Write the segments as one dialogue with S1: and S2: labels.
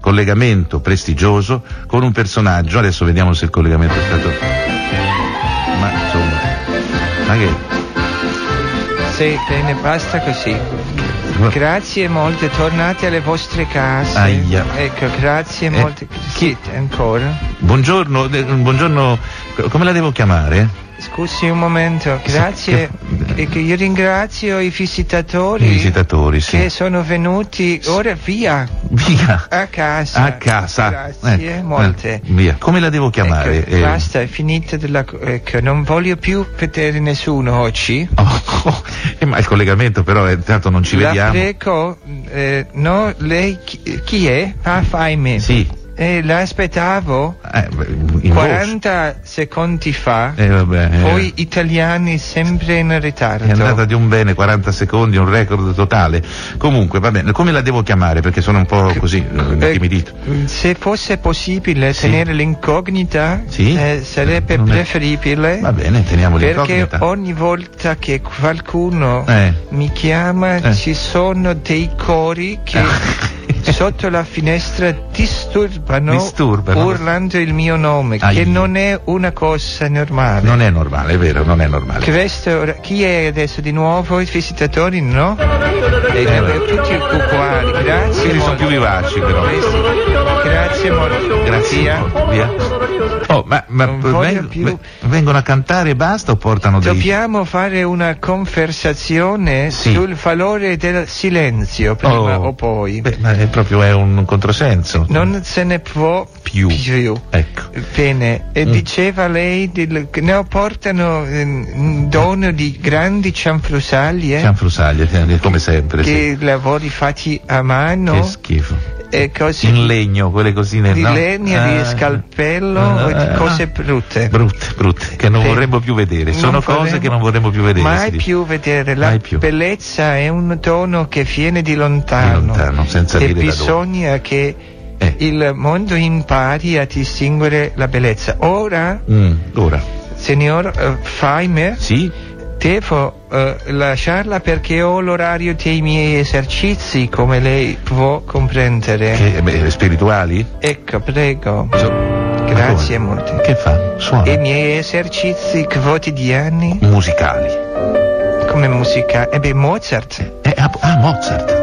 S1: collegamento prestigioso con un personaggio. Adesso vediamo se il collegamento è stato. Ma insomma, ma che.
S2: Sì, bene, basta così. Grazie molte, tornate alle vostre case.
S1: Aia.
S2: Ecco, grazie
S1: Eh,
S2: molte. Sì, ancora.
S1: Buongiorno, eh, buongiorno, co- come la devo chiamare?
S2: Scusi un momento, grazie.
S1: che-
S2: E che io ringrazio i visitatori,
S1: I visitatori, sì.
S2: che sono venuti ora via
S1: Via.
S2: a casa.
S1: A casa.
S2: Grazie
S1: Ecco,
S2: molte.
S1: eh, via. Come la devo chiamare?
S2: Ecco,
S1: Eh,
S2: Basta, è finita della... co- Ecco, non voglio più vedere nessuno oggi.
S1: oh, oh, eh, ma il collegamento però è tanto non ci
S2: La
S1: vediamo.
S2: prego, eh, no, lei chi, chi è? Ah, fai me.
S1: Sì.
S2: Eh, la aspettavo
S1: Eh, beh, in
S2: 40 secondi fa.
S1: voce. Eh, vabbè, eh,
S2: Voi italiani sempre in ritardo.
S1: È andata di un bene 40 secondi, un record totale. Comunque, va bene, come la devo chiamare? Perché sono un po' così, eh,
S2: Eh,
S1: intimidito.
S2: se fosse possibile
S1: Sì.
S2: tenere l'incognita,
S1: Sì.
S2: eh, sarebbe
S1: Non è-
S2: preferibile.
S1: Va bene, teniamo
S2: eh, Perché
S1: l'incognita.
S2: ogni volta che qualcuno
S1: Eh.
S2: mi chiama
S1: Eh. Ah.
S2: ci sono dei cori che sotto la finestra disturbano,
S1: Disturbano.
S2: urlando il mio nome,
S1: Ahi.
S2: che non è una cosa normale.
S1: Non è normale, è vero, non è normale.
S2: Questo ora- chi è adesso di nuovo? I visitatori no? E vabbè, tutti uguali, grazie.
S1: Quindi sono
S2: molto.
S1: più vivaci però.
S2: Eh sì. Grazie molto.
S1: Grazie.
S2: Via.
S1: Via. Oh, ma, ma
S2: Non voglio
S1: veng-
S2: più.
S1: ve- vengono a cantare e basta o portano dei...
S2: Dobbiamo fare una conversazione
S1: Sì.
S2: sul valore del silenzio, prima
S1: Oh.
S2: o poi.
S1: Beh, ma è proprio è un controsenso.
S2: Non Eh? se ne può
S1: Più.
S2: più.
S1: Ecco.
S2: Bene, e
S1: Mm.
S2: diceva lei del- che ne portano eh, un dono di grandi cianfrusaglie
S1: Cianfrusaglia, eh, come sempre. sì.
S2: che lavori fatti a
S1: Che
S2: mano
S1: schifo.
S2: e cose
S1: In legno, quelle cosine.
S2: di
S1: no?
S2: legna,
S1: Ah.
S2: di scalpello, e di
S1: Ah.
S2: cose brutte.
S1: Brutte, brutte, che non
S2: Sì.
S1: vorremmo più vedere.
S2: Non
S1: Sono cose
S2: vorremmo
S1: che non vorremmo più vedere. si
S2: Mai
S1: dice.
S2: più vedere, la
S1: Mai più.
S2: bellezza è un dono che viene di lontano,
S1: Di lontano, senza
S2: e
S1: dire da dove.
S2: bisogna che
S1: Eh.
S2: il mondo impari a distinguere la bellezza. Ora,
S1: Mm, ora,
S2: signor eh, Faime,
S1: sì?
S2: devo eh, lasciarla perché ho l'orario dei miei esercizi, come lei può comprendere.
S1: Che, beh, spirituali?
S2: Ecco, prego.
S1: So-
S2: Grazie
S1: Ma come?
S2: molte.
S1: Che fa? Suona?
S2: I miei esercizi quotidiani
S1: Musicali.
S2: come musica, e beh, Mozart.
S1: Eh, ah, ah, Mozart.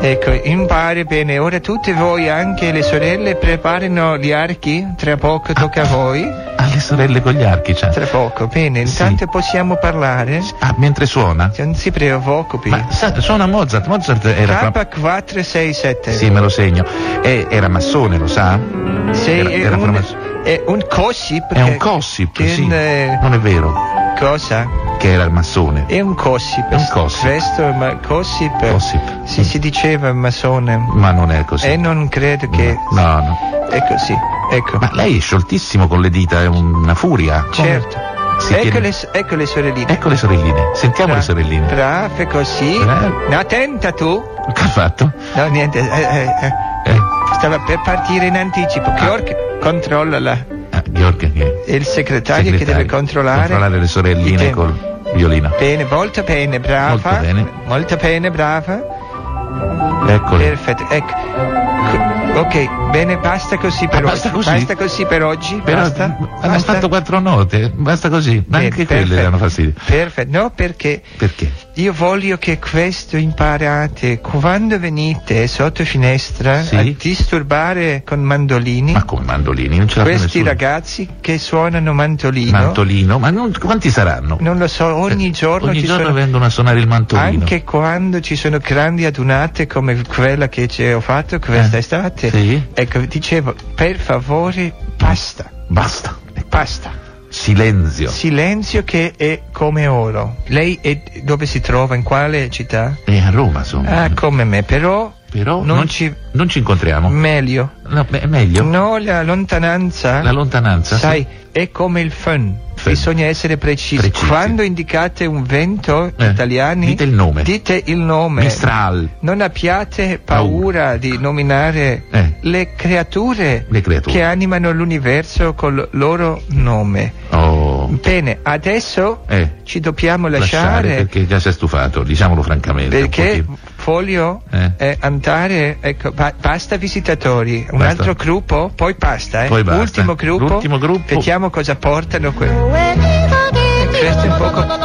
S2: Ecco, impari bene. Ora tutti voi, anche le sorelle, preparino gli archi. Tra poco tocca a voi.
S1: Ha le sorelle con gli archi, c'ha.
S2: Tra poco, bene. Intanto possiamo parlare.
S1: Ah, mentre suona?
S2: Non si preoccupi.
S1: Ma sa- suona Mozart. Mozart era... proprio-
S2: K467.
S1: Sì, me lo segno. Eh, era massone, lo sa?
S2: Sei-
S1: era-
S2: è,
S1: era
S2: un,
S1: formazione.
S2: è un gossip.
S1: È un
S2: che-
S1: gossip,
S2: che
S1: sì.
S2: ne-
S1: Non è vero
S2: cosa?
S1: che era il massone.
S2: È un gossip.
S1: È un gossip.
S2: Questo è ma- gossip.
S1: Gossip.
S2: Sì, si diceva masone.
S1: Ma non è così.
S2: E non credo che...
S1: No, no.
S2: Ecco, sì. Ecco.
S1: Ma lei è scioltissimo con le dita, è una furia. Come-
S2: Certo.
S1: Si
S2: Ecco,
S1: tiene-
S2: le, ecco le sorelline.
S1: Ecco le sorelline, sentiamo le
S2: Bra-
S1: sorelline. Eh?
S2: Brave così.
S1: Bravo.
S2: No, attenta tu.
S1: Che ha fatto?
S2: No, niente. eh, eh, eh.
S1: Eh,
S2: Stava per partire in anticipo. Georg, controllala.
S1: ah, Gheorghe che
S2: È il segretario, che deve controllare.
S1: Controllare le sorelline
S2: Che-
S1: col violino.
S2: Bene, molto bene, brava.
S1: Molto bene.
S2: Molto bene, brava.
S1: Eccole.
S2: Perfetto. Ecco. Co- Ok, bene, basta così per
S1: Ah,
S2: oggi.
S1: basta così?
S2: Basta così per oggi.
S1: Però
S2: basta.
S1: hanno
S2: basta.
S1: fatto quattro note, basta così. Ma
S2: Bene,
S1: anche quelle
S2: perfetto.
S1: danno fastidio.
S2: Perfetto, no, perché
S1: Perché?
S2: Io voglio che questo imparate quando venite sotto finestra
S1: Sì.
S2: a disturbare con mandolini
S1: Ma come mandolini? Non ce l'ha più
S2: questi
S1: nessuno.
S2: ragazzi che suonano mandolino.
S1: Mantolino, ma non- quanti saranno?
S2: Non lo so, ogni
S1: Eh,
S2: giorno
S1: ogni
S2: ci
S1: giorno
S2: sono
S1: vengono a suonare il mantolino.
S2: anche quando ci sono grandi adunate come quella che ci ho fatto questa
S1: Eh,
S2: estate.
S1: sì.
S2: Ecco, dicevo, per favore, basta,
S1: Basta.
S2: basta.
S1: Silenzio.
S2: Silenzio che è come oro. Lei è- dove si trova? In quale città?
S1: E a Roma, insomma.
S2: Ah, come me, però,
S1: però
S2: Ecco, Non
S1: non,
S2: ci-
S1: ci... non ci incontriamo.
S2: Meglio.
S1: No, me- è meglio.
S2: No, la lontananza.
S1: La lontananza. sì.
S2: Sai, è come il fun.
S1: Fun.
S2: Bisogna essere precisi.
S1: Precisi.
S2: Quando indicate un vento
S1: Eh,
S2: italiani,
S1: dite il nome.
S2: Dite il nome.
S1: Mistral.
S2: Non abbiate paura,
S1: Paura.
S2: di nominare
S1: Eh.
S2: le, creature
S1: Le creature.
S2: che animano l'universo col loro nome.
S1: Oh.
S2: Bene, adesso
S1: Eh.
S2: ci dobbiamo
S1: Lasciare
S2: lasciare
S1: perché già si è stufato, diciamolo francamente. un
S2: perché
S1: pochino.
S2: voglio
S1: Eh.
S2: eh, andare, ecco, ba- basta visitatori, un
S1: Basta.
S2: altro gruppo, poi basta, eh.
S1: Poi basta.
S2: Ultimo gruppo,
S1: L'ultimo gruppo.
S2: vediamo cosa portano que- Questo è un poco...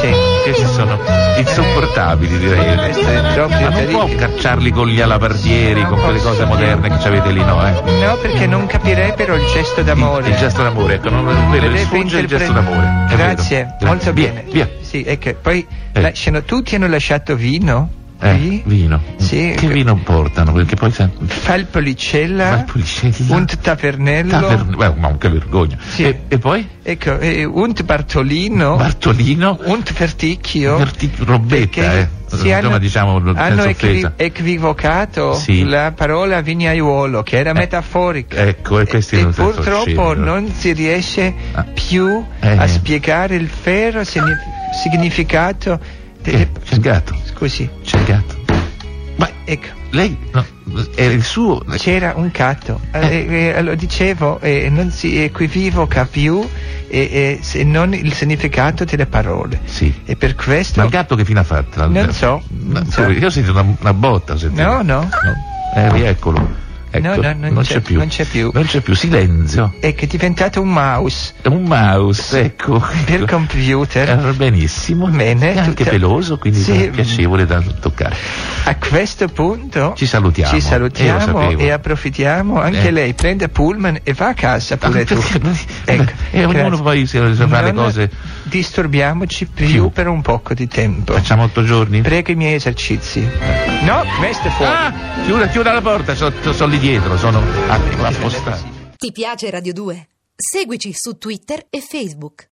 S2: Sì,
S1: Questi sono insopportabili, direi.
S2: questo è
S1: Ma
S2: proprio
S1: Ah, non può
S2: terribile.
S1: cacciarli con gli alabardieri, con quelle cose moderne che ci avete lì, no? Eh?
S2: No, perché non capirebbero il gesto d'amore.
S1: Il gesto d'amore, ecco, non non- quello,
S2: Dovrebbe
S1: il sfugge è il gesto
S2: interpre-
S1: d'amore. è
S2: Grazie,
S1: vero.
S2: molto
S1: Via,
S2: bene.
S1: Via.
S2: Sì, è che poi
S1: Eh.
S2: lasciano- tutti hanno lasciato vino.
S1: Eh,
S2: qui.
S1: vino.
S2: Sì.
S1: Che vino portano? Perché poi sa-
S2: Falpolicella,
S1: Valpolicella.
S2: un tavernello,
S1: Taverne- Ah, Beh, ma che vergogna.
S2: Sì.
S1: E, e poi?
S2: ecco, eh, un Bartolino,
S1: Bartolino.
S2: un Verticchio.
S1: Verti- Robetta,
S2: perché
S1: eh.
S2: si
S1: Insomma,
S2: hanno,
S1: diciamo, non-
S2: hanno
S1: senza
S2: equi-
S1: offesa.
S2: equivocato
S1: Sì.
S2: la parola vignaiuolo che era
S1: Eh,
S2: metaforica
S1: ecco, e questi non senza
S2: purtroppo
S1: offesa.
S2: non si riesce
S1: Ah.
S2: più
S1: Eh.
S2: a spiegare il vero signi- significato delle...
S1: Eh, c'è il gatto.
S2: scusi
S1: C'è il gatto. Ma
S2: ecco
S1: lei. No, era il suo.
S2: c'era un gatto
S1: Eh.
S2: eh, eh, lo dicevo eh, non si equivoca più eh, eh, se non il significato delle parole
S1: Sì.
S2: e per questo
S1: Ma il gatto che fine ha fatto?
S2: Non so,
S1: Ma
S2: non
S1: scusi,
S2: so.
S1: Io ho sentito una, una botta. ho sentito.
S2: No, no.
S1: Eh, rieccolo. Ecco,
S2: No, no, non c'è-
S1: più.
S2: non c'è più.
S1: Non c'è più. Silenzio.
S2: è che è diventato un mouse
S1: È un mouse, ecco.
S2: per
S1: Ecco.
S2: computer
S1: Era benissimo,
S2: Bene,
S1: è anche
S2: tutta-
S1: peloso, quindi
S2: Sì.
S1: piacevole da toccare.
S2: a questo punto
S1: Ci salutiamo.
S2: ci
S1: Eh, lo
S2: salutiamo
S1: sapevo.
S2: e approfittiamo anche
S1: Eh.
S2: lei prende Pullman e va a casa pure tu
S1: Perché-
S2: Ecco,
S1: e Eh, ognuno
S2: grazie.
S1: poi si sa fare le
S2: Non
S1: cose.
S2: disturbiamoci più,
S1: Più.
S2: per un poco di tempo
S1: Facciamo otto giorni.
S2: prego i miei esercizi no questo è fuori
S1: Ah, chiuda, chiuda la porta, so- so- sono lì dietro, sono a- appostati.
S3: Ti piace Radio 2? Seguici su Twitter e Facebook.